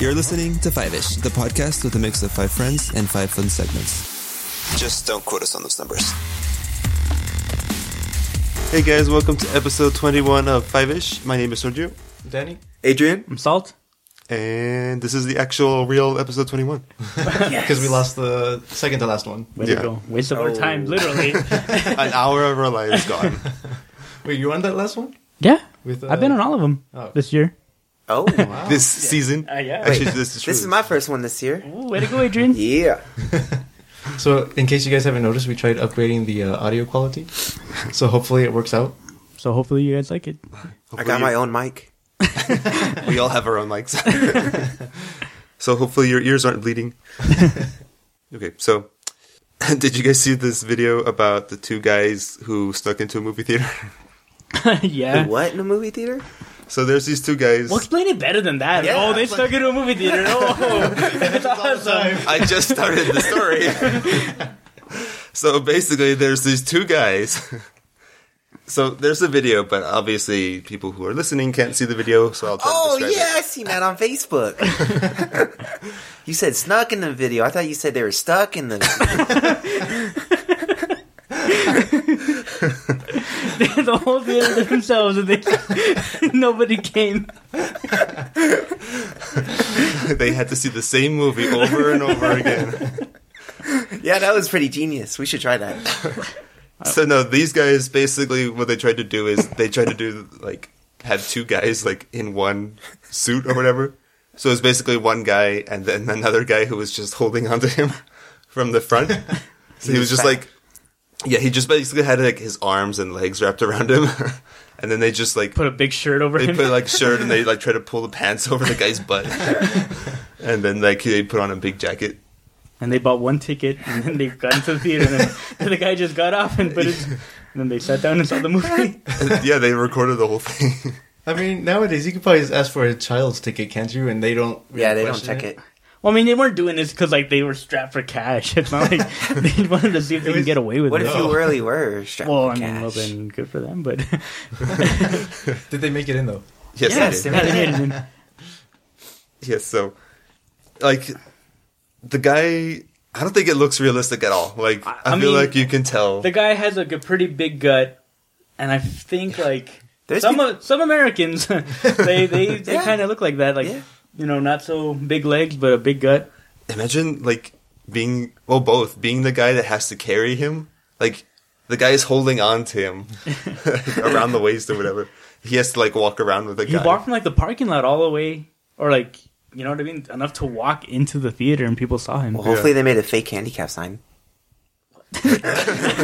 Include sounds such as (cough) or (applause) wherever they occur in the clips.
You're listening to Five Ish, the podcast with a mix of five friends and five fun segments. Just don't quote us on those numbers. Hey guys, welcome to episode 21 of Five Ish. My name is Sergio, Danny? Adrian? I'm Salt. and this is the actual real episode (laughs) 21. Because we lost the second to last one. Way Yeah. to go. Waste of our time, literally. An hour of our lives gone. Wait, you won that last one? (laughs) yeah. With, uh, I've been on all of them Oh. this year. Oh, wow. This season. Uh, yeah. Actually, Wait, this is true. This is my first one this year. Ooh, way to go, Adrian. Yeah. So, in case you guys haven't noticed, we tried upgrading the uh, audio quality. So, hopefully, it works out. (laughs) So hopefully you guys like it. I got my own mic. We all have our own mics. (laughs) so hopefully your ears aren't (laughs) bleeding. okay, so (laughs) did you guys see this video about the two guys who snuck into a movie theater? (laughs) (laughs) yeah. What in a movie theater? so there's these two guys. We'll explain it better than that. Yeah, oh, they it's stuck into a movie theater. Oh, it's awesome. (laughs) I just started the story. so basically, there's these two guys. So there's a video, but obviously people who are listening can't see the video, so I'll try Oh, to describe yeah, it. I seen that on Facebook. you said snuck in the video. I thought you said they were stuck (laughs) in the. the whole theater to themselves, and they (laughs) nobody came. They had to see the same movie over and over again. yeah, that was pretty genius. We should try that. So no, these guys basically what they tried to do is they tried to do like have two guys like in one suit or whatever. So it's basically one guy and then another guy who was just holding onto him (laughs) from the front. So he was just like, yeah, he just basically had like his arms and legs wrapped around him, (laughs) and then they just like Put a big shirt over they him. put like shirt and they like try to pull the pants over the guy's butt, and then like they put on a big jacket. (laughs) and they bought one ticket, and then they got into the theater, and then (laughs) the guy just got off and put his. And then they sat down and saw the movie. yeah, they recorded the whole thing. (laughs) I mean, nowadays, you can probably just ask for a child's ticket, can't you? And they don't. really Yeah, they don't question check it. Well, I mean, they weren't doing this because like they were strapped for cash. It's not like they wanted to see if they was- could get away with What it. if you really were strapped Well, I for mean, well cash? then, good for them. But (laughs) Did they make it in, though? yes, they Yes, did. they Yeah, they made it in. Yes, so like the guy I don't think it looks realistic at all. Like I, I feel mean, like you can tell. the guy has like a pretty big gut, and I think like There's some peop- of some Americans (laughs) they they, they Yeah. kind of look like that, like Yeah. you know, not so big legs but a big gut. Imagine like being well both being the guy that has to carry him. Like the guy is holding on to (laughs) him around the waist or whatever. He has to like walk around with a He guy. walked from like the parking lot all the way, or like you know what I mean, enough to walk into the theater and people saw him. Well, hopefully they made a fake (laughs) handicap sign.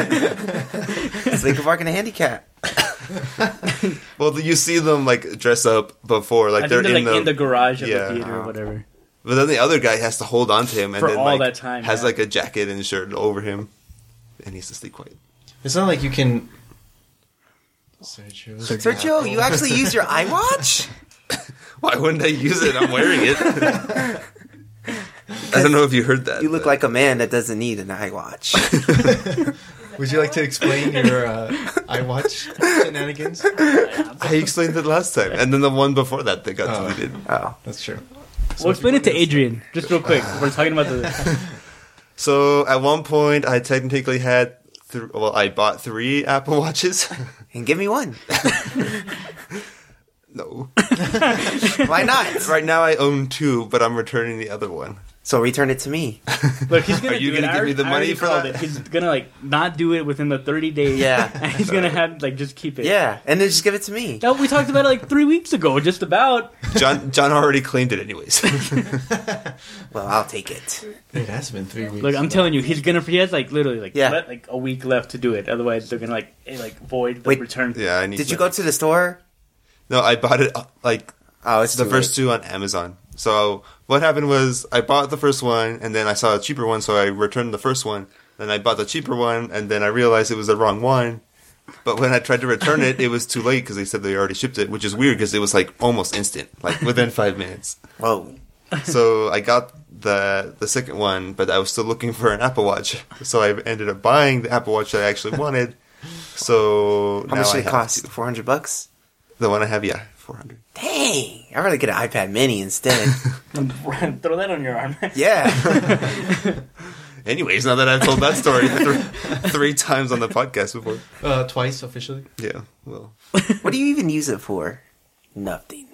so they could park in a handicap. well, you see them like dress up before, like I they're, think they're in, like the, in the garage of yeah. the Oh. theater or whatever. But then the other guy has to hold on to him, and For then all like that time, has yeah. like a jacket and shirt over him, and he has to stay quiet. It's not like you can. Sergio. Sergio, you actually use your iWatch? Why wouldn't I use it? I'm wearing it. I don't know if you heard that. You look but- like a man that doesn't need an iWatch. Would you like to explain your uh, iWatch shenanigans? I explained it last time, and then the one before that they got Oh. deleted. Oh. That's true. (laughs) Well, explain it to Adrian just real (laughs) quick. We're talking about the So at one point, I technically had th- well, I bought three Apple Watches. (laughs) And give me one. no, Why not? right now I own two, but I'm returning the other one. So return it to me. look. He's gonna (laughs) Are you do it. gonna I give me already- the I money already for called that? It. He's gonna like not do it within the thirty days. Yeah. and (laughs) he's gonna have like just keep it. Yeah. And then just give it to me. That we talked about it like three weeks ago, just about. John John already claimed it, anyways. (laughs) Well, I'll take it. It has been three weeks. Look, I'm telling you, he's gonna. He has like literally like Yeah. le- like a week left to do it. Otherwise, they're gonna like eh, like void the Wait. return. yeah, I need. Did to- you go to the store? No, I bought it uh, like Oh, it's the too first late. two on Amazon. So what happened was I bought the first one and then I saw a cheaper one, so I returned the first one. Then I bought the cheaper one and then I realized it was the wrong one. But when I tried to return it, it was too late because they said they already shipped it, which is weird because it was like almost instant, like within five minutes. Whoa. So I got the the second one, but I was still looking for an Apple Watch. So I ended up buying the Apple Watch that I actually wanted, So How now much I did it have cost? Four hundred bucks. The one I have, yeah, four hundred. Dang! I'd rather get an iPad Mini instead. (laughs) (laughs) Throw that on your arm. yeah. Anyways, now that I've told that story (laughs) three, three times on the podcast before, Uh, twice officially. yeah, well, what do you even use it for? Nothing.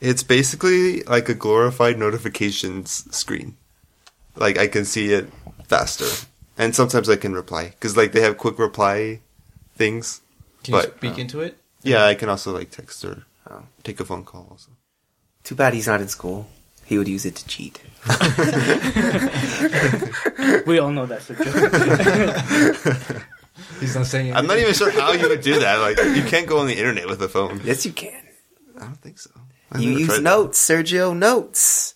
it's basically like a glorified notifications screen. Like I can see it faster, and sometimes I can reply because like they have quick reply things. Can you But- speak uh, into it? Yeah, I can also like text or um, Oh. take a phone call. Also, Too bad he's not in school. He would use it to cheat. We all know that's a (laughs) joke. He's not saying anything. I'm not even sure how you would do that. Like you can't go on the internet with a phone. Yes, you can. I don't think so. I've You never use tried that. notes, Sergio. Notes.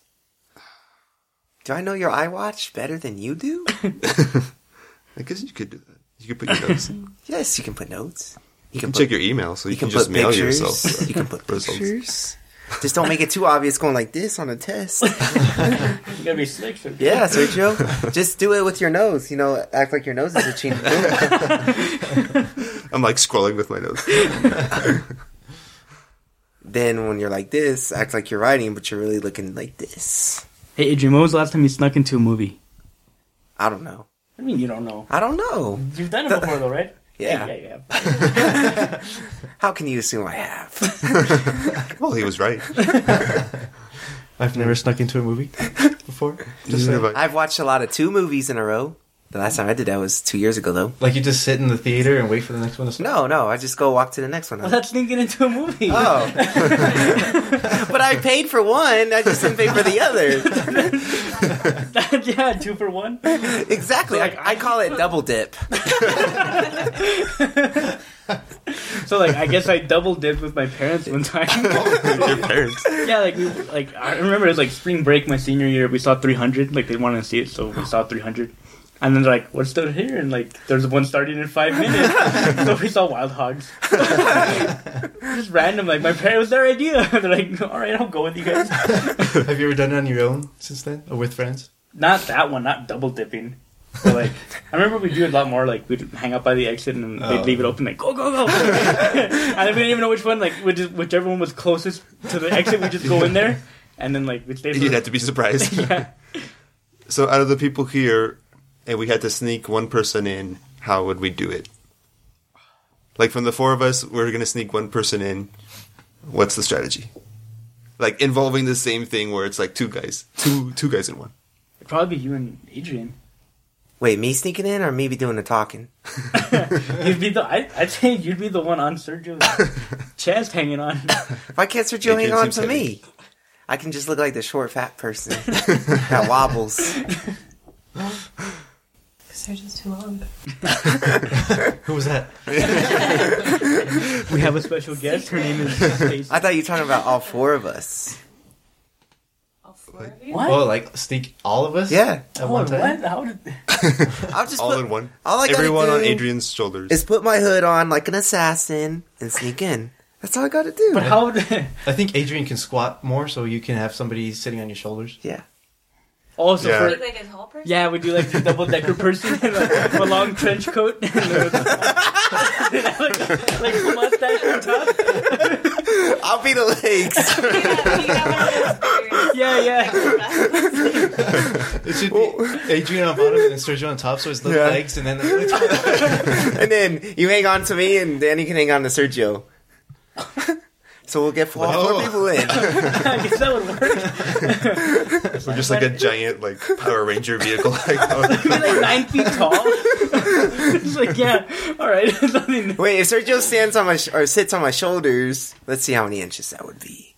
Do I know your iWatch better than you do? I guess you could do that. You could put your notes. (laughs) in. yes, you can put notes. You can put- check your email, so you, can, just mail yourself. uh, (laughs) You can put (laughs) results. pictures. Just don't make it too obvious going like this on a test. You gotta be slick. So Yeah, (laughs) Sergio. Just do it with your nose. You know, act like your nose is itching. I'm like scrolling with my notes. (laughs) then when you're like this, act like you're writing, but you're really looking like this. Hey, Adrian, when was the last time you snuck into a movie? I don't know. I mean, you don't know. I don't know. You've done it before, though, right? Yeah. Yeah, yeah, yeah. How can you assume I have? (laughs) well, he was right. I've never Mm. snuck into a (laughs) movie before. Just Neither have like, I. I've watched a lot of two movies in a row. The last time I did that was two years ago, though. like you just sit in the theater and wait for the next one to start. No, no, I just go walk to the next one. Well, that's sneaking into a movie. (laughs) Oh. (laughs) but I paid for one. I just didn't pay for the (laughs) other. yeah, two for one. Exactly. I, I call it double dip. So, like, I guess I double dipped with my parents one time. Your parents. yeah, like, we, like I remember it was like spring break my senior year. We saw 300. Like, they wanted to see it, so we saw 300. And then they're like, what's still here? And like, there's one starting in five minutes. so we saw Wild Hogs. Just random. Like, my parents, it was their idea. (laughs) they're like, all right, I'll go with you (laughs) guys. Have you ever done it on your own since then, or with friends? not that one, not double dipping. But (laughs) like, I remember we do a lot more. Like we'd hang out by the exit and they'd Oh. leave it open, like go (laughs) go go, and then we didn't even know which one. Like we just, whichever one was closest to the exit, we just go in there, and then like we (laughs) stay. You'd have to be surprised. (laughs) yeah. So, out of the people here, and we had to sneak one person in, how would we do it? Like, from the four of us, we're going to sneak one person in. What's the strategy? Like, involving the same thing where it's like two guys, two two guys in one. It'd probably be you and Adrian. Wait, me sneaking in or me be doing the talking? You'd be the. I, I'd say you'd be the one on Sergio's (laughs) chest hanging on. Why can't Sergio hang Adrian on seems to me? heavy. I can just look like the short, fat (laughs) person that wobbles. Because they're just too long. Who was that? We have (laughs) a special guest. Her name (laughs) is Stacy. I thought you were talking about all four of us. All four of you? What? Oh, like sneak all of us? Yeah. At Oh, one time. what? How did? I'll just All put, in one. All I gotta Everyone on do Adrian's shoulders. is put my hood on like an assassin and sneak in. That's all I gotta do. But how did? (laughs) I think Adrian can squat more, so you can have somebody sitting on your shoulders. (laughs) yeah. Also, Yeah. for Look like a tall person? Yeah, we do like the double decker person in like, a long trench coat (laughs) and the- like, like a mustache on top. I'll be the (laughs) legs. You got- (laughs) you got one of those Yeah, yeah. (laughs) weird- It should be (laughs) Adrian on bottom and then Sergio on top, so it's the Yeah. legs and then the (laughs) and then you hang on to me, and Danny can hang on to Sergio. so we'll get four, four Wow. people (laughs) in. I guess that would work. It'd We're just (laughs) like a giant, like, Power Ranger vehicle. (laughs) Like, be like nine feet tall. (laughs) it's like yeah, all right. (laughs) Nothing. Wait, if Sergio stands on my sh- or sits on my shoulders, let's see how many inches that would be.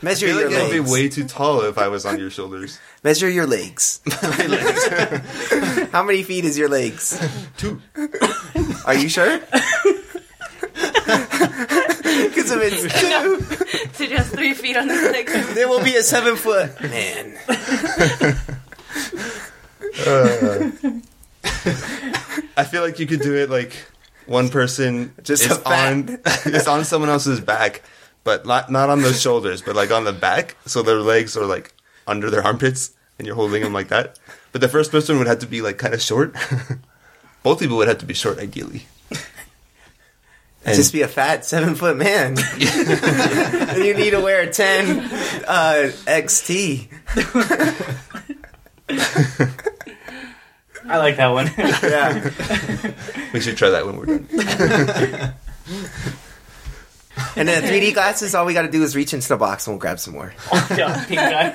Measure I feel your like it would be legs. way too tall if I was on your shoulders. Measure your legs. how many feet is your legs? Two. Are you (laughs) sure? Because if it's two, (laughs) So just three feet on the six. (laughs) there will be a seven foot man. I feel like you could do it like one person Just is a fat- on is on someone else's back, but not not on the shoulders, but like on the back, so their legs are like under their armpits, and you're holding them like that. But (laughs) the first person would have to be like kind of short. Both people would have to be short, ideally. And Just be a fat seven foot (laughs) man. you need to wear a ten uh, XT. I like that one. (laughs) Yeah. we should try that when we're done. And then 3D glasses, all we got to do is reach into the box and we'll grab some more. yeah, pink eye.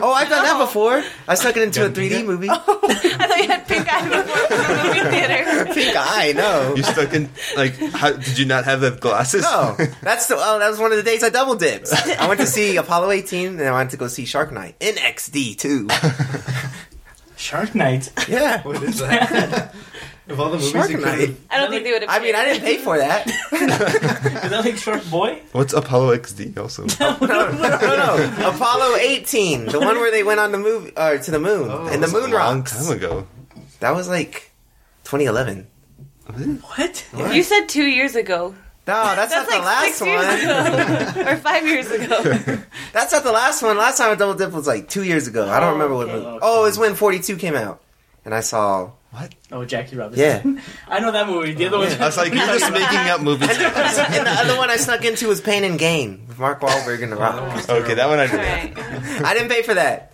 Oh, I've done that before. I stuck it into a 3D (laughs) movie. I thought you had pink eye before from the movie theater. (laughs) Pink eye, no. You stuck in like? How, did you not have the glasses? No, that's the oh, that was one of the days I double dipped. I went to see Apollo 18, and I went to go see Shark Night in XD too. Shark Night. Yeah, What is (laughs) that? of all the movies Shark you could Night. have I don't think they would have. I mean, I didn't pay for that. Is that like Shark Boy? (laughs) What's Apollo XD also? No, no, no. Apollo 18, the one where they went on the movie or to the moon Oh, and the that moon Long rocks. time ago. That was like 2011. What? You said two years ago. No, that's, That's not like the last six years one. ago, (laughs) or five (laughs) years ago. That's not the last one. Last time I double dipped was like two years ago. I don't remember what. okay. Movie. Oh, it was when 42 came out, and I saw. (laughs) Oh, Jackie Robinson. Yeah. I know that movie. The other one. I was like, you're just (laughs) making up movies. And the other one (laughs) I snuck into was Pain and Gain with Mark Wahlberg and The Rock. Okay, that one I All did. right. I didn't pay for that.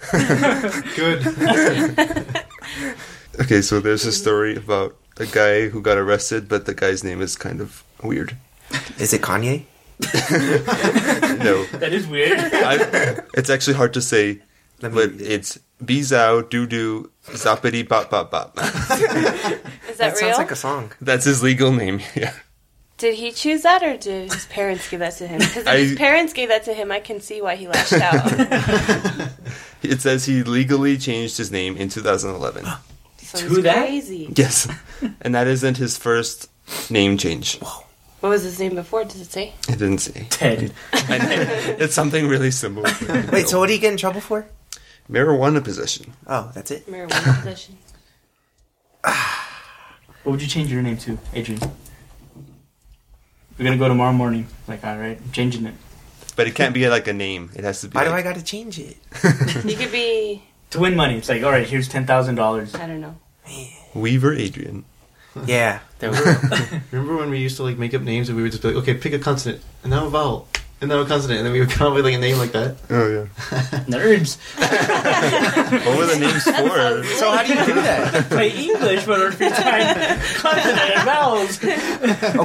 (laughs) good. (laughs) Okay, so there's a story about a guy who got arrested, but the guy's name is kind of (laughs) weird. Is it Kanye? No, That is weird. (laughs) I, it's actually hard to say, Let but it's Bizao doo doo zappity bop bop bop. (laughs) Is that, that real? sounds like a (laughs) song. That's his legal name. (laughs) Yeah, Did he choose that, or did his parents give that to him? Because if I- his parents gave that to him, I can see why he (laughs) lashed out. it says he legally changed his name in (gasps) 2011. So To he's that? crazy. Yes, and that isn't his first name change. What was his name before? Does it say? It didn't say. (laughs) Ted. (laughs) And it's something really simple. Wait, so what did he get in trouble for? marijuana possession. Oh, that's it. Marijuana possession. What would you change your name to, Adrian? We're gonna go tomorrow morning. Like, all right, I'm changing it But it can't be like a name. It has to be. Why do I like, got to change it? You could be. to win money. It's like, all right, here's ten thousand (laughs) dollars. I don't know. Weaver Adrian? Yeah. Remember when we used to like make up names and we would just be like, okay, pick a consonant and now a vowel and now a consonant, and then we would come up with like a name like that. Oh yeah. Nerds What were the names for? So how do you do that? play English for their free time. Consonant and vowels,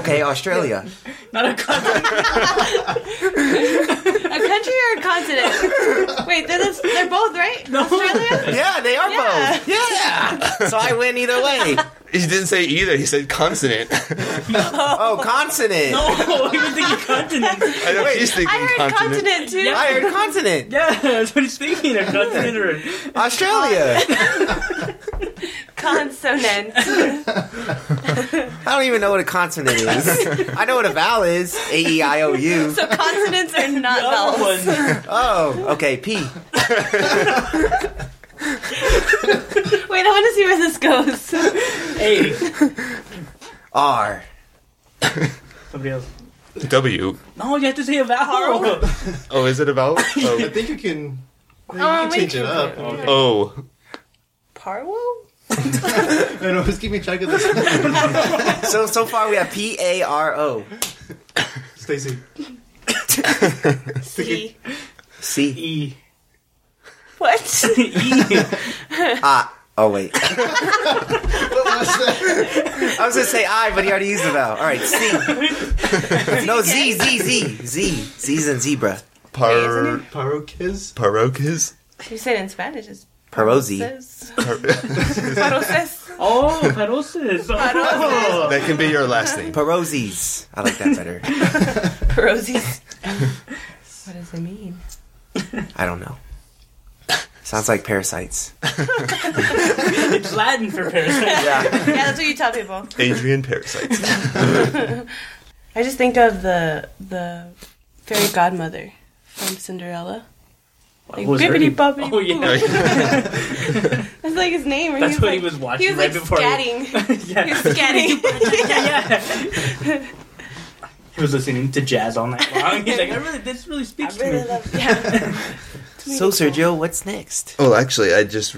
Okay, Australia. not a (laughs) consonant. A country or a continent? Wait, they're, this, they're both right. Australia. Yeah, they are Yeah. (laughs) both. Yeah. So I win either way. He didn't say either. He said consonant. (laughs) Oh, consonant. No, Oh, he was thinking continent. I know he's thinking I heard continent. continent too. I heard (laughs) consonant. Yeah, that's what he's thinking. A continent or a Australia. Consonant. I don't even know what a consonant is. I know what a vowel is. A E I O U. So consonants are not other vowels. one. Oh, okay. P. Wait, I want to see where this goes. Hey, R. somebody else. W. No, you have to say a vowel. Oh, is it a (laughs) vowel? I Oh. think you can. I think Oh, you can we change can it do up. it. Okay. oh. Parwo? No, no, just keep me track of this, (laughs) So so far we have P A R O Stacy. C. C E. What? (laughs) E. Ah. Oh wait. What was that? I was gonna say I, but he already used the vowel. All right, C. No, Z, Z, Z, Z. Z's and zebra. Par. (laughs) Parokiz? Parocas? You said in Spanish it's Perosi. says. (laughs) Par- Paroses. Oh, parosis. (laughs) Oh. that can be your last name. Perozis. I like that better. Paroses. What does it mean? I don't know. Sounds like parasites. It's Latin for parasite. Yeah. Yeah, that's what you tell people. Adrian Parasites. I just think of the the fairy godmother from Cinderella. Like, What was her bibbity name? bobbity Oh, yeah. (laughs) That's like his name. Or That's he was what like, he was watching He was right like before he- (laughs) scatting. He was yeah. scatting. yeah. He was listening to jazz all night long. He's like, I really, this really (laughs) I speaks really to me. love yeah. So Sergio, what's next? Oh, actually, I just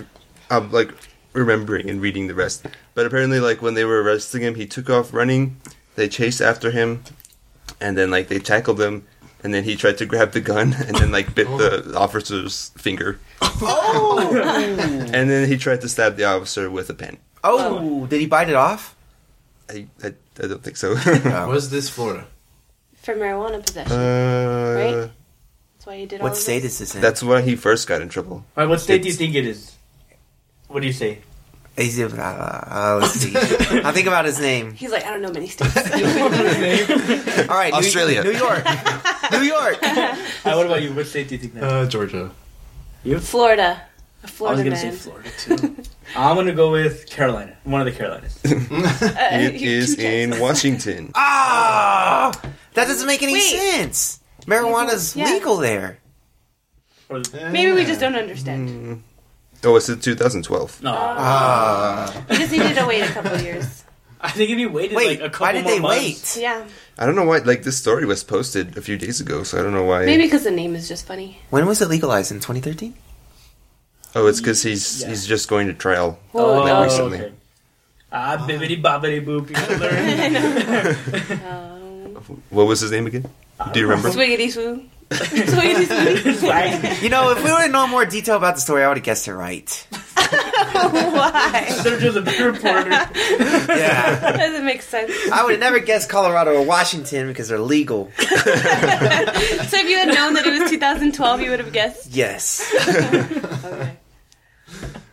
I'm like remembering and reading the rest. But apparently, like when they were arresting him, he took off running. They they chased after him, and then like they tackled him, and then he tried to grab the gun, and then like bit the officer's finger, Oh, (laughs) and then he tried to stab the officer with a pen. oh! Did he bite it off? I I, I don't think so. (laughs) No. Was this Florida? For marijuana possession. uh, That's why you did all What of state this? is this in? that's why he first got in trouble. Alright, what state do you It's- think it is? What do you (laughs) say? Is it- uh, uh, let's see. I'll think about his name. He's like, I don't know many states. All right, New- Australia. New, York, New York. Uh, what about you? What state do you think that is? Uh, (laughs) Georgia. I Florida. A was Florida gonna say man. Florida too. I'm gonna go with Carolina. One of the Carolinas. Uh, It you- is two Texas. (laughs) in Washington. Ah, that doesn't make any Wait. sense. Marijuana's Yeah. legal there. Or, Maybe we just (laughs) don't understand. Oh, it's in 2012. no, Uh, Ah, We just needed to wait a couple years. I think if you waited wait. like a couple why did more they months, wait? Yeah. I don't know why. Like this story was posted a few days ago, so I don't know why. Maybe because the name is just funny. When was it legalized? In 2013? Oh, it's because he's Yeah. he's just going to trial. Oh, Like okay. recently. Ah, bibbity bobbity boop. You gotta learn. (laughs) (laughs) Um, What was his name again? Do you remember? swiggity swoo. swiggity (laughs) swoo. Like, You know, if we would have known more detail about the story, I would have guessed it right. Why? Sergio's a big (laughs) reporter. Yeah, That doesn't make sense. I would have never guessed Colorado or Washington because they're legal. So if you had known that it was 2012, you would have guessed. Yes. Okay.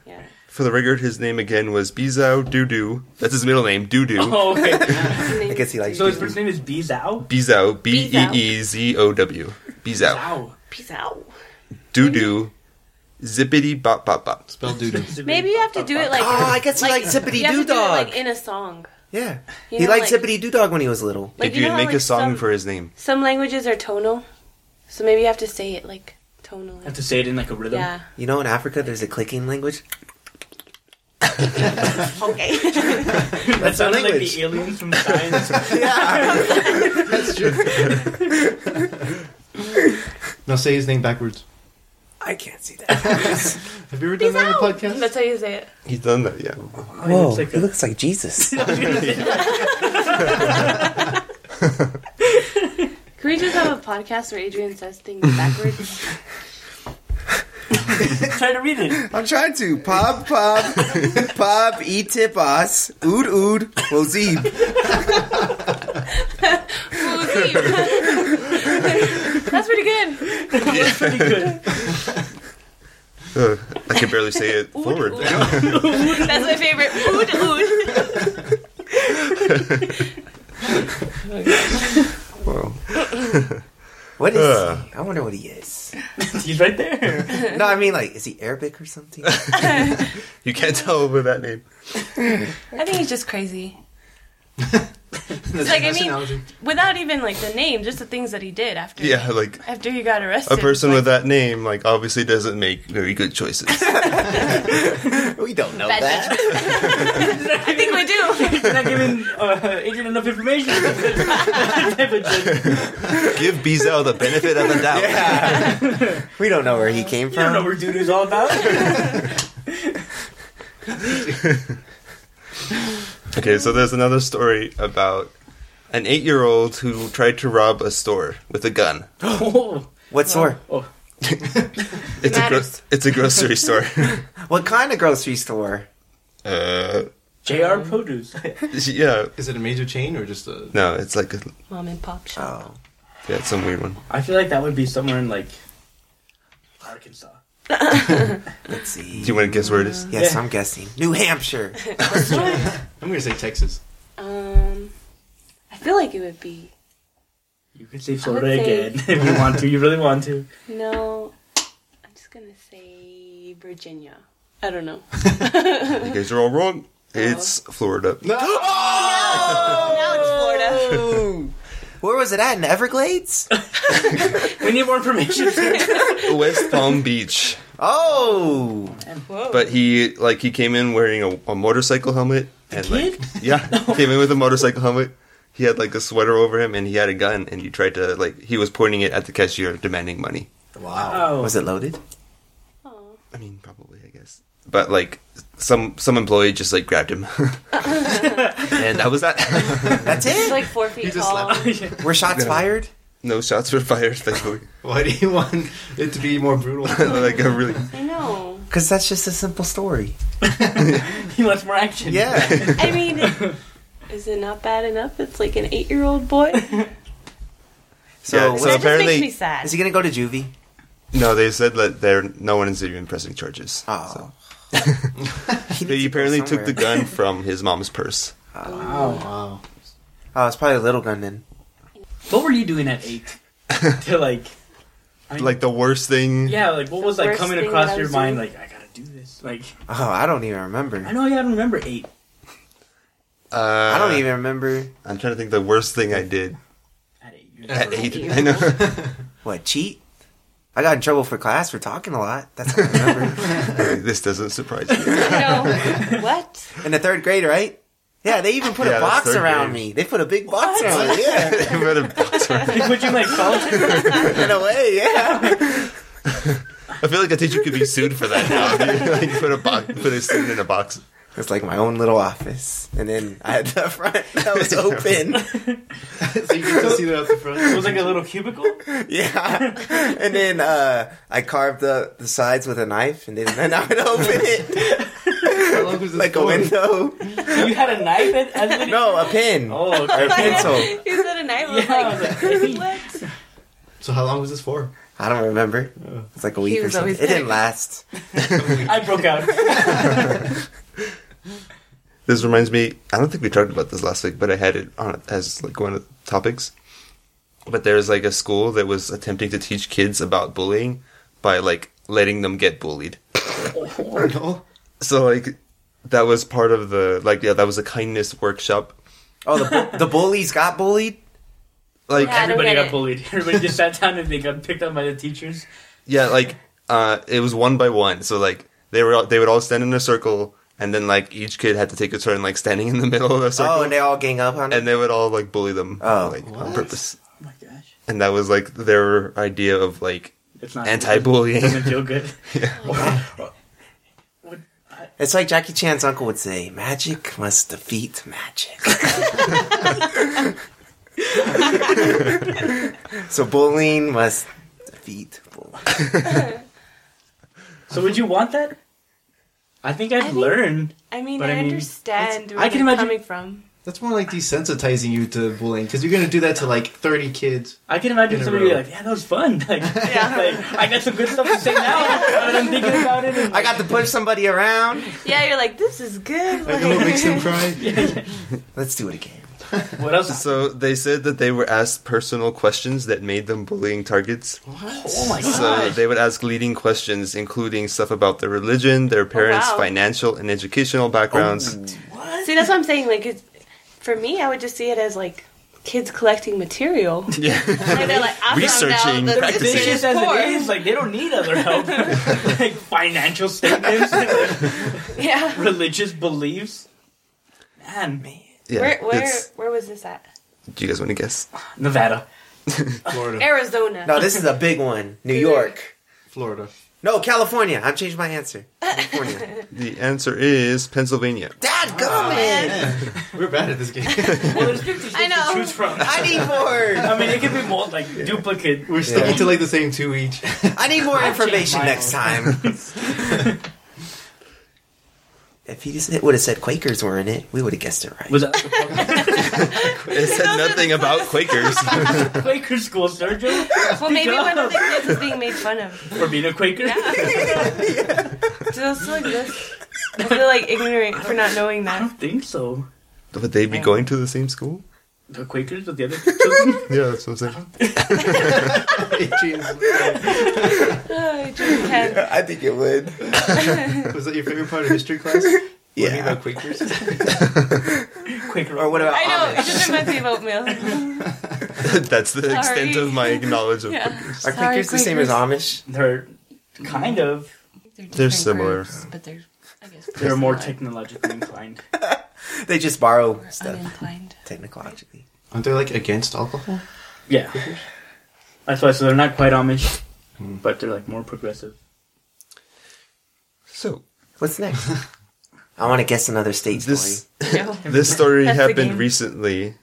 Yeah. For the record, his name again was Bizao Doodoo. That's his middle name, Doodoo. Oh, okay. I guess he likes So his people. first name is Bizao. Bizao, B E E Z O W. Bizao. Wow. Peace out. Doodoo. Zippity bop bop bop. Spell doodoo. Maybe you have to do it like. Oh, I guess he like- likes zippity you have doo to do it dog. like in a song. Yeah, You he know, liked like- zippity doo dog when he was little. Like, if you, know how, make a like, song some, for his name, Some languages are tonal, so maybe you have to say it like tonally. I have to say it in like a rhythm. yeah. You know, in Africa, there's a clicking language. (laughs) (laughs) Okay. That sounded like language. the aliens from science. (laughs) Yeah. That's true. (laughs) now say his name backwards. I can't see that. Have you ever done that on the podcast? That's how you say it. he's done that. Yeah. Whoa, looks like he a- looks like Jesus. Can we just have a podcast where Adrian says things (laughs) backwards? (laughs) Try to read it. I'm trying to. Pop, (laughs) pop, pop, e tipas, ood, ood, wozib. That's pretty good. Pretty (laughs) good. Uh, I can barely say (laughs) it forward. (laughs) That's my favorite. Ood ood. Wow. What is Uh. he? I wonder what he is. He's right there. No, I mean, like, is he Arabic or something? You can't tell with that name. I think he's just crazy. like, I mean- Without even like the name, just the things that he did after. Yeah, like After he got arrested. a person like, with that name, like obviously doesn't make very good (laughs) choices. (laughs) we don't know Bad that. I think we do. (laughs) You're not giving uh, Adrian enough (laughs) information. Type of judge. Give Bizao the benefit of the doubt. Yeah. we don't know where he came you don't know from. what dude is all (laughs) about. Okay, so there's another story about an eight-year-old who tried to rob a store with a gun. oh, What store? It's a gro- Matters. it's a grocery store. What kind of grocery store? uh, JR Produce. yeah, Is it a major chain or just a? no, it's like a, Mom and pop shop. Oh. yeah, it's some weird one. I feel like that would be somewhere in like Arkansas. Let's see. Do you want to guess where it is? Yes, Yeah. I'm guessing. New Hampshire. I'm gonna say Texas. Um, I feel like it would be You can say I Florida would say- again if you want to. You really want to. no. I'm just gonna say Virginia. I don't know. You guys are all wrong. It's Florida. Now it's Florida. Ooh. Where was it at? In Everglades? We need more (laughs) information. West Palm Beach. Oh. Whoa. But he like he came in wearing a, a motorcycle helmet and kid? like yeah, came in with a motorcycle helmet. He had like a sweater over him and he had a gun and he tried to like he was pointing it at the cashier demanding money. Wow. Oh, Was it loaded? Aw. I mean, probably, I guess. But like, some some employee just like grabbed him, (laughs) and that was that. (laughs) That's He's it. like four feet just tall. slapped We're shots fired. no shots were fired, thankfully. (laughs) Why do you want it to be more brutal? (laughs) like a really (laughs) I know. Because that's just a simple (laughs) story. (laughs) he wants more action. Yeah. I mean, is it not bad enough? It's like an eight-year-old boy. So, Yeah, what- so- that just apparently- makes me sad. is he gonna go to juvie? no. They said that there no one is even pressing charges. (laughs) Oh. So. They apparently took the gun from his mom's purse. wow. Oh, it's probably a little gun then. What were you doing at (laughs) eight? to like, I- Like the worst thing. yeah, like what was like worst coming thing that across I your was mind? doing. Like I gotta do this. Like Oh, I don't even remember. I know I don't remember eight. Uh, I don't even remember I'm trying to think the worst thing I did At eight. years at old. eight. you. I know. (laughs) what cheat. I got in trouble for class for talking a lot. That's what I (laughs) remember. this doesn't surprise me. (laughs) I know. What? in the third grade, right? Yeah, they even put Yeah, a that's box third around grade. me. They put a big box around me. Yeah, But a boxer. They put you in like solitary. (laughs) in a way, (laughs) yeah. I feel like a teacher could be sued for that now. (laughs) If you, like put a box, put a student in a box. It's like my own little office, and then I had the front that (laughs) was open. So you can just see that out the front. It was like a little cubicle. Yeah, and then uh, I carved the, the sides with a knife, and then and I would open it How long was this like a going? window. You had a knife at, as an No, a pin Oh, or a okay. pencil. (laughs) Is that a knife? Yeah, I I was was like, like, (laughs) eight. what? So how long was this for? I don't remember. It's like a week or was something. always It didn't sick. last. I broke out. This reminds me. I don't think we talked about this last week, but I had it on as like one of the topics. But there's like a school that was attempting to teach kids about bullying by like letting them get (laughs) bullied. No. So like that was part of the like yeah that was a kindness workshop. Oh, the bu- the bullies got bullied. Like Yeah. I don't Everybody get got it. bullied. Everybody just sat down and they got picked up by the teachers. Yeah, like uh, it was one by one. So like they were all, they would all stand in a circle, and then like each kid had to take a turn, like standing in the (laughs) middle of the circle, Oh, and and, they all gang up on they- it. would all like bully them, Oh. like on What? purpose. Oh my gosh. And that was like their idea of like It's not It anti-bullying. (laughs) doesn't feel good. It's like Jackie Chan's uncle would say, "Magic must defeat magic." (laughs) so bullying must defeat bullying. So would you want that? I think I've think- learned. I mean, But I, I mean, understand where I can you're imagine- coming from. That's more like desensitizing you to bullying because you're going to do that to like 30 kids. I can imagine In a somebody be row. like, "Yeah, that was fun. (laughs) Like, like, I got some good stuff to say now, but I'm thinking about it." And, I got to push somebody around. Yeah, you're like, this is good. Like, oh, it makes (laughs) them cry. Let's do it again. what else? so they said that they were asked personal questions that made them bullying targets. oh my So gosh! they would ask leading questions, including stuff about their religion, their parents' Oh, wow. financial and educational backgrounds. (laughs) See, that's what I'm saying. Like, it's, for me, I would just see it as like kids collecting material. (laughs) Yeah. Like, they're like, I Researching, found out that this practicing. is Vicious as poor. it is, like they don't need other help. (laughs) like financial statements, (laughs) like, Yeah. religious beliefs. Man, man, yeah. where where it's- where was this at? do you guys want to guess? Nevada. Florida. Arizona. (laughs) No, this is a big one. New York. Florida. No, California. I've changed my answer. California. Ah. The answer is Pennsylvania. (laughs) Dad, go man. We're bad at this (laughs) game. Well, there's 50 I states know. to choose from. I need (laughs) more. I mean, it could be more like duplicate. We're sticking to like the same two each. (laughs) I need more I've information next changed time. (laughs) if he just would have said Quakers were in it, we would have guessed it right. Was that It (laughs) said nothing about Quakers. Quaker school, Sergio? well, maybe up. one of the kids is being made fun of. (laughs) For being a Quaker? Do those still exist? I feel like ignorant for not knowing I (laughs) that. don't think so. Would they be going to the same school? The Quakers with the other children? Yeah, that's what I'm saying. Adrian's- Oh, I drew a pen. I think it would. Was that your favorite part of history (laughs) class? Learning Yeah. about Quakers? Quaker. Or what about I know, Amish? it just reminds me of (laughs) oatmeal. that's the extent Sorry. of my knowledge of (laughs) Yeah. Quakers. Are Sorry, Quakers the same as Quakers. Amish? They're kind of. different similar. groups, but they're, I guess, They're more technologically inclined. They just borrow stuff uninclined. technologically. Aren't they like against alcohol? Yeah. That's why, so they're not quite Amish, but they're like more progressive. So, What's next? I want to guess another state This story. this story That's the happened game. recently.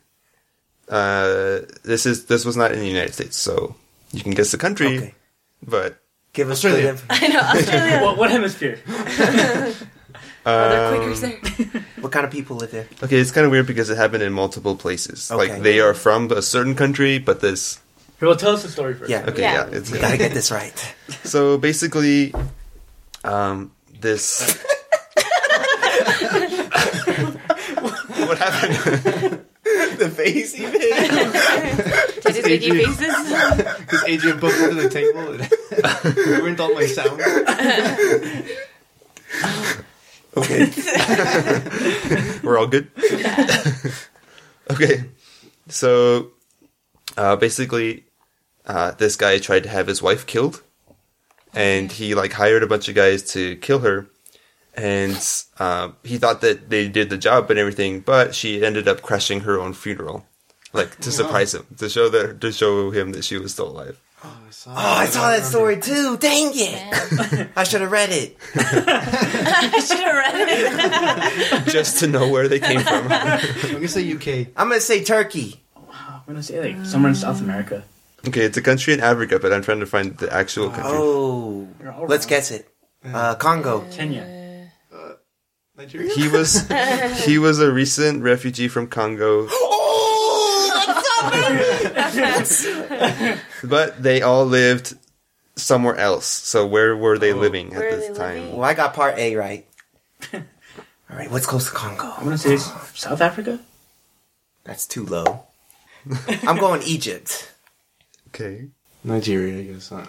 Uh, this is this was not in the United States, so you can guess the country, Okay. but Give us Australia. good info. I know Australia. What, what hemisphere? Are there um, Quakers there? (laughs) What kind of people live there? okay, it's kind of weird because it happened in multiple places. Okay. Like they are from a certain country, but this Here, well, tell us the story first. Yeah. okay, Yeah. yeah, it's We gotta get this right. so basically, um, (laughs) this. (laughs) what happened? the face he made. Did it make you faces? (laughs) Because Adrian bumped into the table (laughs) and ruined all my sound. Okay. We're all good. okay, so uh, basically, uh, this guy tried to have his wife killed, and he like hired a bunch of guys to kill her, and uh, he thought that they did the job and everything, but she ended up crashing her own funeral, like to surprise him, to show that to show him that she was still alive. Oh, I saw, Oh, I saw that story too. Dang it! I should have read it. I should have read it. just to know where they came from. I'm going to say UK. I'm gonna say Turkey. I'm gonna say like somewhere in South America. okay, it's a country in Africa, but I'm trying to find the actual country. Oh, You're all let's wrong. guess it. Uh, Congo. Kenya. Nigeria? He was he was a recent refugee from Congo, Oh! but they all lived somewhere else. So where were they living at Where are this they time? living? Well, I got part (laughs) A right. All right, what's close to Congo? I'm gonna say it's South Africa. That's too low. (laughs) I'm going Egypt. Okay. Nigeria, I guess. Uh,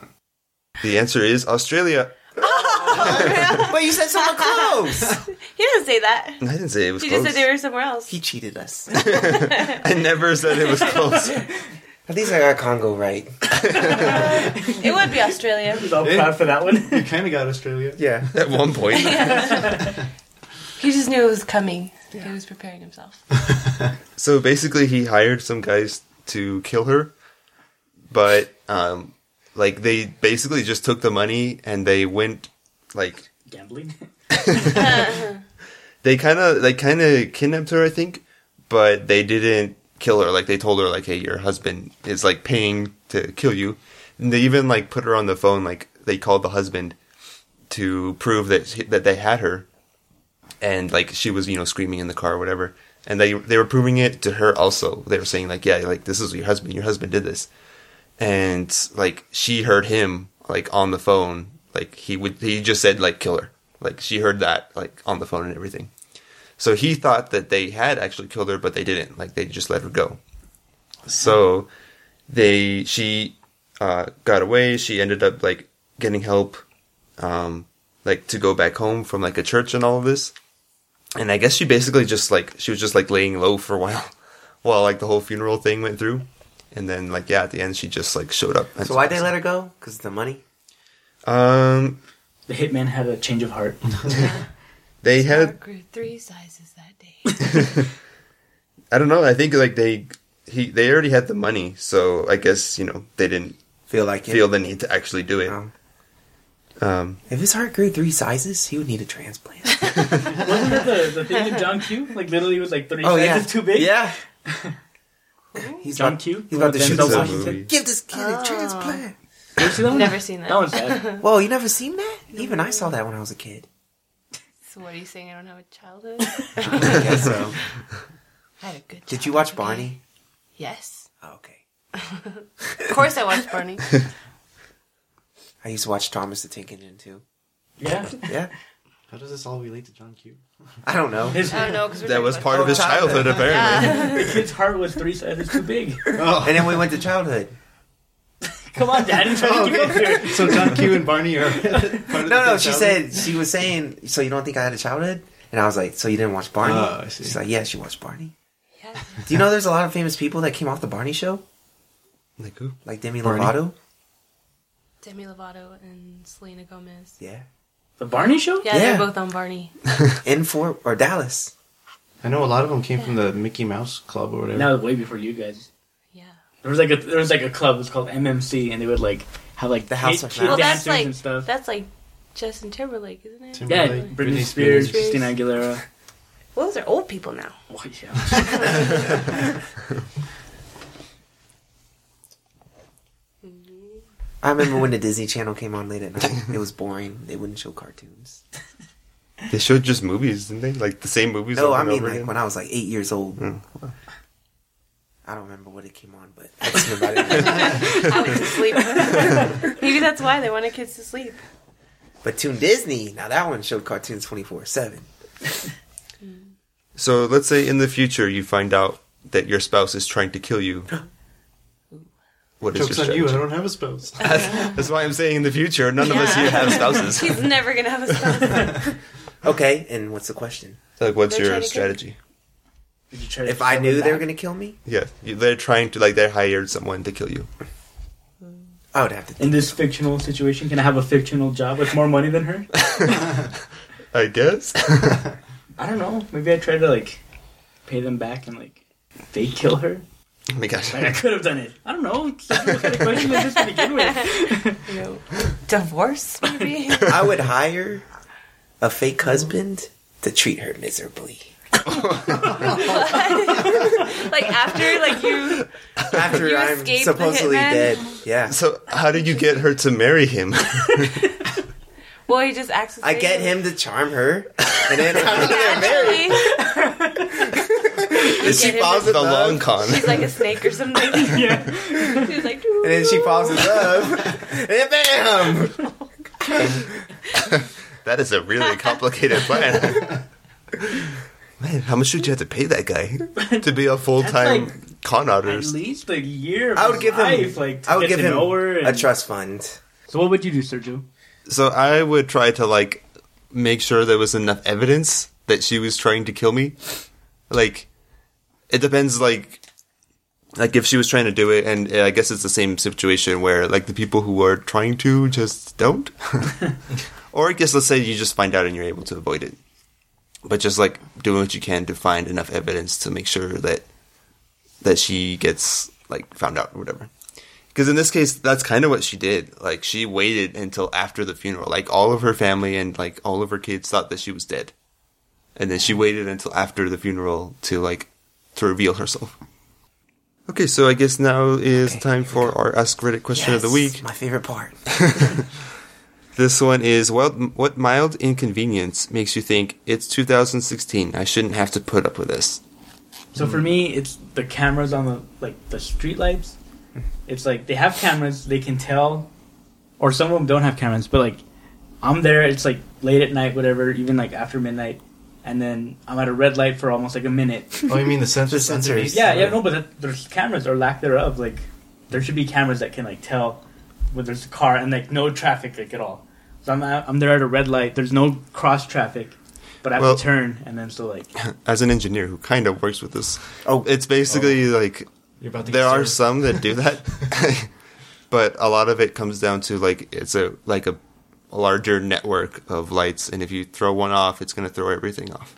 The answer is Australia. But you said somewhere (laughs) close. He didn't say that. I didn't say it was He close. just said they were somewhere else. He cheated us. I never said (laughs) it was close. At least I got Congo right. It would be Australia. He's all proud for that one. you (laughs) kind of got Australia. Yeah. at one point. (laughs) He just knew it was coming. He was preparing himself. So basically, he hired some guys to kill her, but um, like they basically just took the money and they went like Gambling. they kind of they kind of kidnapped her, I think, but they didn't kill her. Like they told her, like, hey, your husband is like paying to kill you. And they even like put her on the phone. Like they called the husband to prove that she, that they had her, and like she was you know screaming in the car or whatever. And they they were proving it to her also. They were saying like, yeah, like this is your husband. Your husband did this, and like she heard him like on the phone. Like he would he just said like kill her. Like she heard that like on the phone and everything. So he thought that they had actually killed her, but they didn't. Like they just let her go. So they she uh, got away. She ended up like getting help, um, like to go back home from like a church and all of this. And I guess she basically just like she was just like laying low for a while, (laughs) while like the whole funeral thing went through. And then like yeah, at the end she just like showed up. So why'd they let her go? Because the money? Um, The hitman had a change of heart. they had grew three sizes that day. I don't know. I think like they he they already had the money, so I guess you know they didn't Feel like it. feel the need to actually do it. Um, Um, if his heart grew three sizes, he would need a transplant. (laughs) Wasn't that the, the thing in John Q? Like literally, it was like 30 Oh, sizes yeah. too big. (laughs) Yeah. He's John about, Q. He's about to Denzel shoot It's a someone. Washington. movie. Give this kid a transplant. Did you see that one? (laughs) Never seen (laughs) that. That one's sad. Whoa, you never seen that? Even I saw that when I was (laughs) a kid. So what are you saying? I don't have a childhood. (laughs) I guess so. I had a good. Did you childhood, watch (laughs) okay? Barney? Yes, Oh, okay. of course I watched Barney. I used to watch Thomas the Tank Engine too. Yeah. Yeah. How does this all relate to John (laughs) Q? I don't know. His, I don't know because that was part of his childhood. childhood, apparently. the kid's heart was three sizes too big. Oh, And then we went to childhood. Come on, (laughs) Dad. I'm trying to get here. so John Q and Barney (laughs) are. part of the No, no, same she family? said, she was saying, so you don't think I had a childhood? And I was like, so you didn't watch Barney? Oh, I see. She's like, yeah, she watched Barney. (laughs) Yeah. Do you know there's a lot of famous people that came off the Barney show? Like who? Like Demi Barney? Lovato? Demi Lovato and Selena Gomez. Yeah. The Barney Show. Yeah, they're Yeah. both on Barney. In for or Dallas. I know a lot of them came from the Mickey Mouse Club or whatever. That was way before you guys. Yeah. There was like a there was like a club. It was called MMC, and they would like have like The House kid- of kid Mouse. Well, Oh, that's dancers like and stuff. that's like Justin Timberlake, isn't it? Tim- Yeah, Timberlake, Britney Britney Spears, Spears. Christina Aguilera. well, those are old people now. (laughs) Oh, yeah. I remember when the Disney Channel came on late at night. It was boring. They wouldn't show cartoons. They showed just movies, didn't they? Like the same movies No, over Oh, I and mean over like again. when I was like eight years old. Mm. I don't remember what it came on, but I just remember I didn't- I went to sleep. (laughs) Maybe that's why they wanted kids to sleep. But Toon Disney, now that one showed cartoons twenty four seven. So let's say in the future you find out that your spouse is trying to kill you. What is Joke's your on you. I strategy? don't have a spouse. That's why I'm saying in the future, none of us Yeah. here have (laughs) spouses. He's never gonna have a spouse. Hmm. Okay, and what's the question? like, what's They're your trying to kill- strategy? Did you try to If I cover knew they that? were gonna kill me, Yeah, you, they're trying to like they hired someone to kill you. I would have to. Think. In this fictional situation, can I have a fictional job with more money than her? I guess. I don't know. Maybe I try to like pay them back and like fake kill her. (laughs) oh my gosh. Like I could have done it. I don't know. (laughs) What kind of question is this to begin with? You know, (gasps) divorce, maybe. I would hire a fake husband to treat her miserably. (laughs) like after, like you. (laughs) After You I'm escaped the supposedly hitman? dead, yeah. So how did you get her to marry (laughs) him? (laughs) Well, he just acts. the I same. get (laughs) him to charm her, and then (laughs) after they're married, Naturally. and she get him falls the in love, long con. She's like a snake (laughs) or something. (laughs) Yeah. She's like. and then she falls in (laughs) love, and then bam! That is a (laughs) really complicated plan. (laughs) Man, how much did you have to pay that guy to be a full time con At artist? least a year. Of I would give him. Life, like to I would get give to him know her and- a trust fund. So what would you do, Sergio? So I would try to like make sure there was enough evidence that she was trying to kill me. Like it depends like like if she was trying to do it and uh, I guess it's the same situation where like the people who are trying to just don't. or I guess let's say you just find out and you're able to avoid it. But just like doing what you can to find enough evidence to make sure that that she gets like found out or whatever. Because in this case, that's kind of what she did. Like she waited until after the funeral. Like all of her family and like all of her kids thought that she was dead, and then she waited until after the funeral to like to reveal herself. Okay, so I guess now is Okay. time for our Ask Reddit question of the Yes, week. My favorite part. This one is well, what mild inconvenience makes you think it's 2016? I shouldn't have to put up with this. (laughs) So Mm-hmm. for me, it's the cameras on the like the streetlights. Mm-hmm. It's like they have cameras, they can tell, or some of them don't have cameras. But like, I'm there. It's like late at night, whatever. Even like after midnight, and then I'm at a red light for almost like a (laughs) minute. (laughs) oh, you mean the sensors? The sensors. underneath? Yeah, yeah, no, but that, there's cameras or lack thereof. Like, there should be cameras that can like tell when there's a car and like no traffic like at all. So I'm at, I'm there at a red light. There's no cross traffic, but I have Well- to turn and then so like As an engineer who kind of works with this, Oh, it's basically like You're about to there get are served. some that do that (laughs) but a lot of it comes down to like it's a like a, a larger network of lights and if you throw one off it's going to throw everything off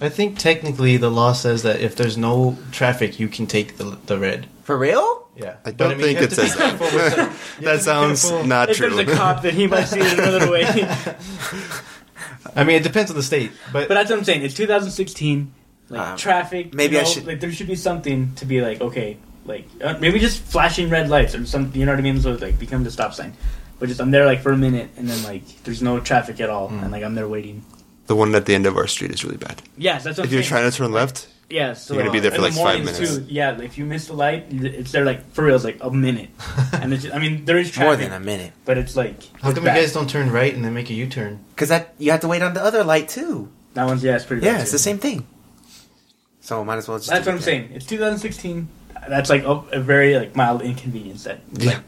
I think technically the law says that if there's no traffic, you can take the the red. for real? Yeah, I But don't mean, think you have it to be says that. careful with that. You have that to be sounds careful. not (laughs) if true there's a cop, then he might see it another (laughs) way. (laughs) I mean, it depends on the state, but, But that's what I'm saying. It's 2016. Like Um, traffic. maybe you I know, should- Like there should be something to be like okay, like uh, maybe just flashing red lights or something. You know what I mean? So it, like become the stop sign. But just I'm there like for a minute and then like there's no traffic at all Hmm. and like I'm there waiting. (laughs) the one at the end of our street is really bad Yes, that's what if I'm you're saying. trying to turn left yeah, so you're gonna be there for, in the like, five mornings, minutes. Too, yeah, if you miss the light, it's there like for real, it's like a (laughs) minute. and it's I mean there is traffic, More than a minute. but it's like how it's come bad. you guys don't turn right and then make a U-turn? Because that you have to wait on the other light too. That one's yeah, it's pretty. bad Yeah, it's too. the same thing. So might as well just. That's do what I'm it saying. It's 2016. That's like a, a very like mild inconvenience that yeah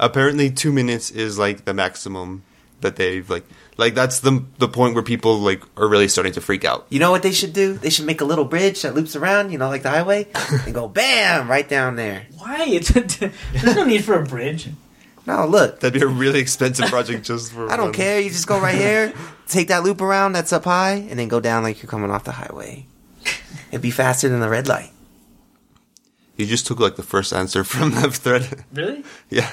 apparently 2 minutes is like the maximum that they've like like that's the the point where people like are really starting to freak out You know what they should do? They should make a little bridge that loops around, you know, like the (laughs) highway, and go bam right down there. Why? (laughs) It's there's no need for a bridge. No, look, that'd be a really expensive (laughs) project just for I don't one- care. You just go (laughs) right here, take that loop around that's up high, and then go down like you're coming off the highway. It'd be faster than the red light. You just took like the first answer from that thread. (laughs) Really? yeah,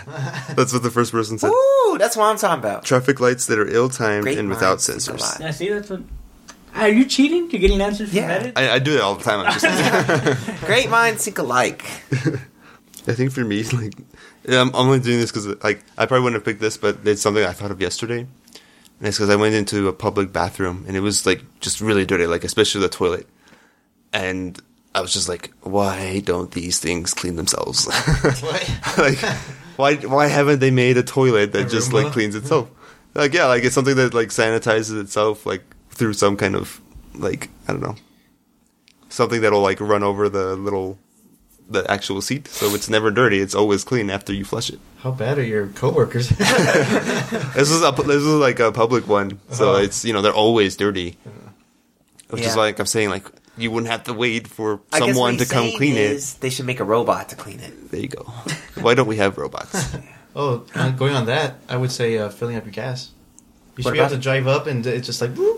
that's what the first person said. Ooh, that's what I'm talking about. Traffic lights that are ill-timed Great and without minds think sensors. alike. Yeah, see, that's what. Are you cheating? You're getting answers from Yeah. Reddit? I, I do that all the time. I'm (laughs) just Great minds think alike. I think for me, (laughs) like, yeah, I'm, I'm only doing this because, like, I probably wouldn't have picked this, but it's something I thought of yesterday. And it's because I went into a public bathroom and it was, like, just really dirty, like, especially the toilet. And I was just like, why don't these things clean themselves? (laughs) like, why, why haven't they made a toilet that A just, Roomba? like, cleans itself? Like, yeah, like, it's something that, like, sanitizes itself, like, through some kind of, like, I don't know, something that'll, like, run over the little the actual seat, so it's never dirty. It's always clean after you flush it. How bad are your (laughs) coworkers? This is a this is like a public one, so Uh-huh. it's you know they're always dirty, which Yeah. is like I'm saying like you wouldn't have to wait for I guess what someone to he's come saying clean is They should make a robot to clean it. it. There you go. Why don't we have (laughs) robots? oh, uh, going on that, I would say uh, filling up your gas. You should What be able about- to drive up and it's just like, whoop,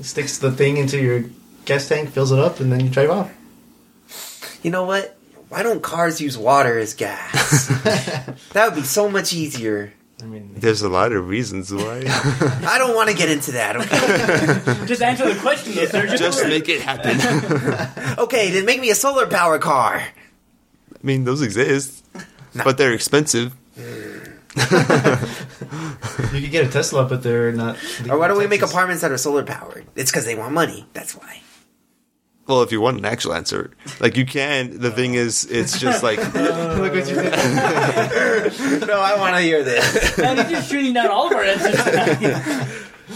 it sticks the thing into your gas tank, fills it up, and then you drive off. (laughs) You know what? Why don't cars use water as (laughs) gas? that would be so much easier. I mean, There's a lot of reasons why. I don't want to get into that. Okay, Just answer the question, listener. Just, (laughs) Just make it happen. okay then make me a solar power car. I mean, those (laughs) exist, but they're expensive. you could get a Tesla, but they're not. Or why don't we make Texas. apartments that are solar powered? It's because they want money. That's why. Well, if you want an actual answer, like you can. The thing is, it's just (laughs) like Look what you (laughs) did. (laughs) No, I want to hear this. Man, he's just shooting down all of our answers. tonight.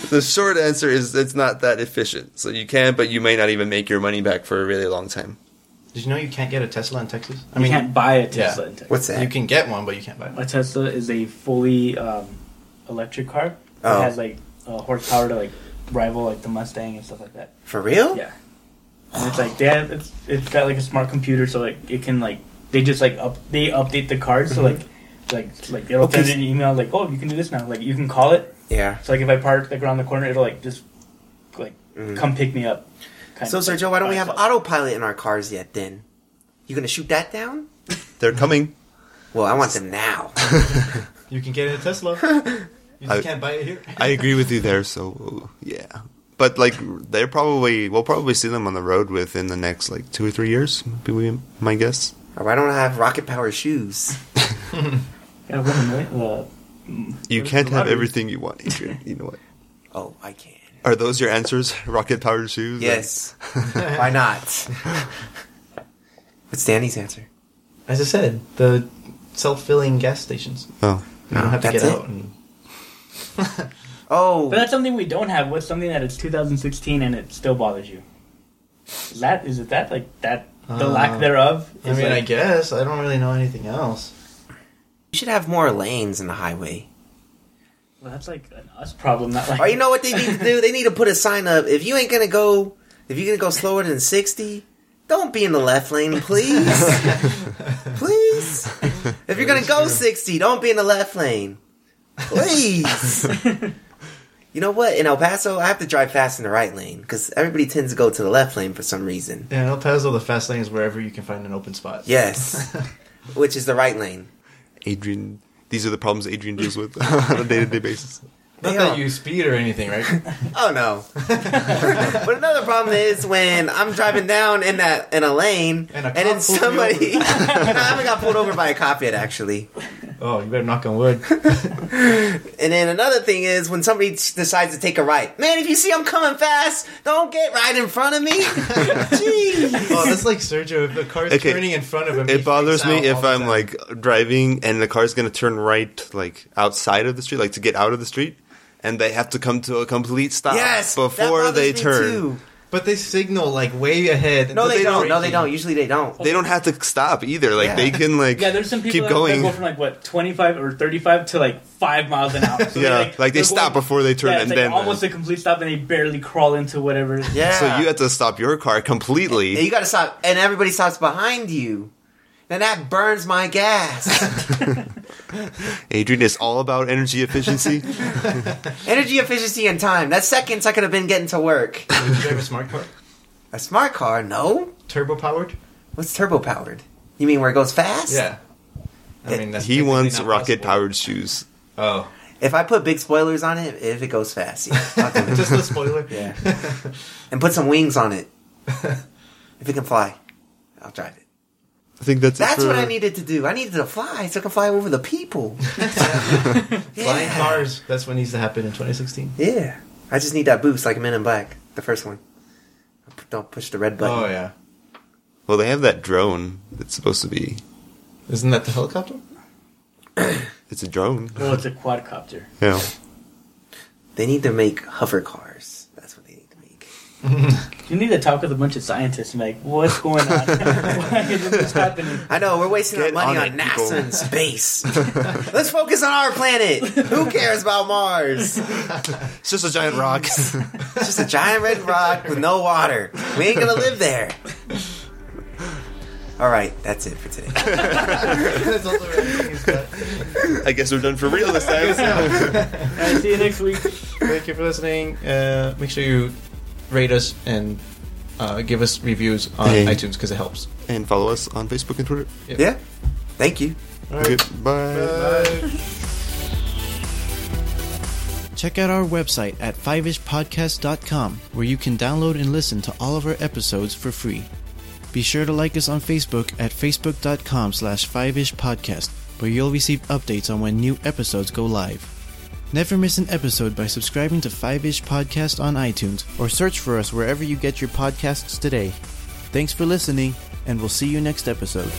the short answer is it's not that efficient. So you can, but you may not even make your money back for a really long time. Did you know you can't get a Tesla in Texas? I you mean, can't buy a Tesla. Yeah. in Texas. What's that? you can get one, but you can't buy one. A Tesla is a fully um, electric car. Oh. It has like uh, horsepower to like rival like the Mustang and stuff like that. For real? Yeah. And it's like they have it's, it's got like a smart computer, so like it can like they just like up they update the card, so like like like it'll Mm-hmm. Okay. send an email like oh you can do this now like you can call it. Yeah. So like if I park like around the corner, it'll like just like come pick me up. kind Mm-hmm. So, of, like, Sergio, why don't we by have itself. autopilot in our cars yet? Then you gonna shoot that down? They're coming. Well, I want them now. You can get a (laughs) Tesla. You just I- can't buy it here. (laughs) I (laughs) agree with you there. So yeah, but like they're probably we'll probably see them on the road within the next like two or three years. Would be my guess. Or why don't I have rocket powered shoes? Yeah, win a million. Uh, You mm, win the can't have lottery. everything you want, Adrian. You know what? Oh, I can. Are those your answers? (laughs) Rocket powered shoes? Yes. Mm-hmm. (laughs) Why not? What's Danny's answer? As I said, the self-filling gas stations. (laughs) (laughs) Oh, You don't have to That's get it? out. And, Oh, But that's something we don't have. What's something that it's 2016 and it still bothers you? Is that is it that like that the Uh, lack thereof? I is, mean, I like, guess I don't really know anything else. you should have more lanes in the highway. well, that's like an us problem, not like Or Oh, you know what they need to do? (laughs) They need to put a sign up. If you ain't gonna go, if you're gonna go slower than sixty, don't be in the left lane, please. (laughs) please. If you're gonna go sixty, don't be in the left lane, please. (laughs) you know what? In El Paso, I have to drive fast in the right lane because everybody tends to go to the left lane for some reason. Yeah, in El Paso, the fast lane is wherever you can find an open spot. (laughs) Yes, which is the right lane. Adrian. These are the problems Adrian deals with on a day to day (laughs) basis. Not They are. that you speed or anything, right? (laughs) Oh no! but another problem is when I'm driving down in that in a lane, And and, a cop then pulls you somebody. over. No, (laughs) I haven't got pulled over by a cop yet, actually. oh, you better knock on wood. And then another thing is when somebody t- decides to take a right. Man, if you see I'm coming fast, don't get right in front of me. (laughs) Jeez. Oh, that's like Sergio. If the car's Okay. turning in front of him, he It bothers freaks me out all if the I'm time. like driving and the car's gonna turn right like outside of the street, like to get out of the street, and they have to come to a complete stop (laughs) Yes, that before bothers they me turn. too. But they signal like way ahead. No, But they, don't. No, they braking. don't. Usually, they don't. They don't have to stop either. Like Yeah. they can like yeah. There's some people keep that, going. that go from like what 25 or 35 to like five miles an (laughs) hour. So yeah, they're, like, they they're stop going- before they turn yeah, and it's, like, then almost a complete stop, and they barely crawl into whatever. uh, Yeah. so you have to stop your car completely. And you gotta stop, and everybody stops behind you. And that burns my (laughs) gas. Adrian is all about energy (laughs) efficiency. Energy efficiency and time. That's seconds I could have been getting to work. Would you drive a smart car, A smart car? No. turbo powered. What's turbo powered? You mean where it goes fast? Yeah. I mean, that's He technically wants not rocket possible. powered shoes. (laughs) Oh, If I put big spoilers on it, if it goes fast, (laughs) yeah, I'll do it. Just a spoiler. (laughs) Yeah. and put some wings (laughs) on it. if it can fly, I'll drive it. I think that's That's it for, what I needed to do. I needed to fly so I can fly over the people. Flying yeah. cars. That's what needs to happen in 2016. yeah. I just need that boost like Men in Black, the first one. P- Don't push the red button. oh yeah. Well, they have that drone that's supposed to be. Isn't that the helicopter? It's a drone. Well, Oh, it's a quadcopter. Yeah. They need to make hover cars. That's what they need to make. You need to talk with a bunch of scientists and be like, what's going on? (laughs) Why is this happening? I know, we're wasting Get our money on on, it, NASA people. (laughs) and space. Let's focus on our planet. Who cares about (laughs) Mars? It's just a giant rock. It's just a (laughs) giant red rock with no water. We ain't gonna (laughs) live there. All right, that's it for today. (laughs) That's also what I think it's got. I guess we're done for real this (laughs) time. All right, see you next week. Thank you for listening. Uh, make sure you rate us and uh, give us reviews on Hey. iTunes because it helps. and follow us on Facebook and Twitter. Yeah. Thank you. Okay, bye. Check out our website at fiveishpodcast.com where you can download and listen to all of our episodes for free. Be sure to like us on Facebook at facebook.com slash fiveishpodcast where you'll receive updates on when new episodes go live. Never miss an episode by subscribing to 5ish Podcast on iTunes or search for us wherever you get your podcasts today. Thanks for listening, and we'll see you next episode.